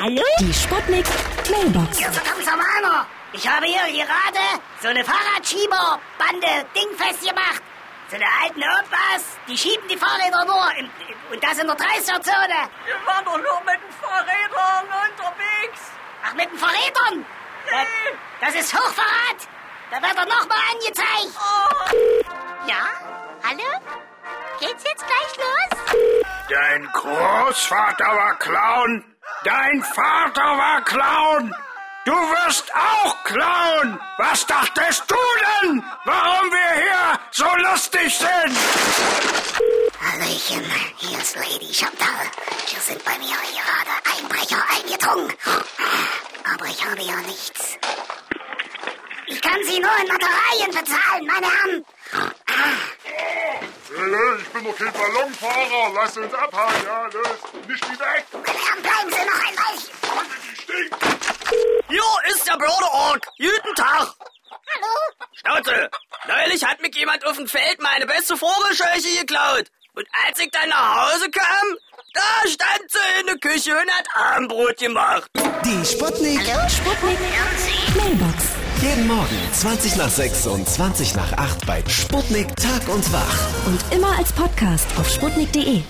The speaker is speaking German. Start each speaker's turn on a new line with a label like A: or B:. A: Hallo?
B: Die Sputnik Mailbox.
C: Hier ist der Kommissar Ich habe hier gerade so eine Fahrradschieberbande Ding festgemacht. So eine alten Opas, die schieben die Fahrräder nur. Im, und das in der 30er-Zone.
D: Wir waren doch nur mit den Fahrrädern unterwegs.
C: Ach, mit den Verrätern? Das, das ist Hochverrat. Da wird er nochmal angezeigt.
E: Oh. Ja? Hallo? Geht's jetzt gleich los?
F: Dein Großvater war Clown. Dein Vater war Clown. Du wirst auch Clown. Was dachtest du denn, warum wir hier so lustig sind?
C: Hallöchen, hier ist Lady Chantal. Hier sind bei mir gerade Einbrecher eingedrungen. Aber ich habe ja nichts. Ich kann sie nur in Materialien bezahlen, meine Herren.
G: Hey, Äh, ich bin doch kein Ballonfahrer. Lass uns abhauen, ja, los. Nicht die weg.
C: Meine Herren, bleiben Sie noch ein Weilchen.
G: Die stinkt.
D: Hier ist der Broderort. Guten Tag.
C: Hallo?
D: Schnauze. Neulich hat mich jemand auf dem Feld meine beste Vogelscheuche geklaut. Und als ich dann nach Hause kam, da stand sie in der Küche und hat Abendbrot gemacht.
H: Die Sputnik.
B: Sputnik Mailbox.
H: Jeden Morgen 20 nach 6 und 20 nach 8 bei Sputnik Tag und Wach.
B: Und immer als Podcast auf sputnik.de.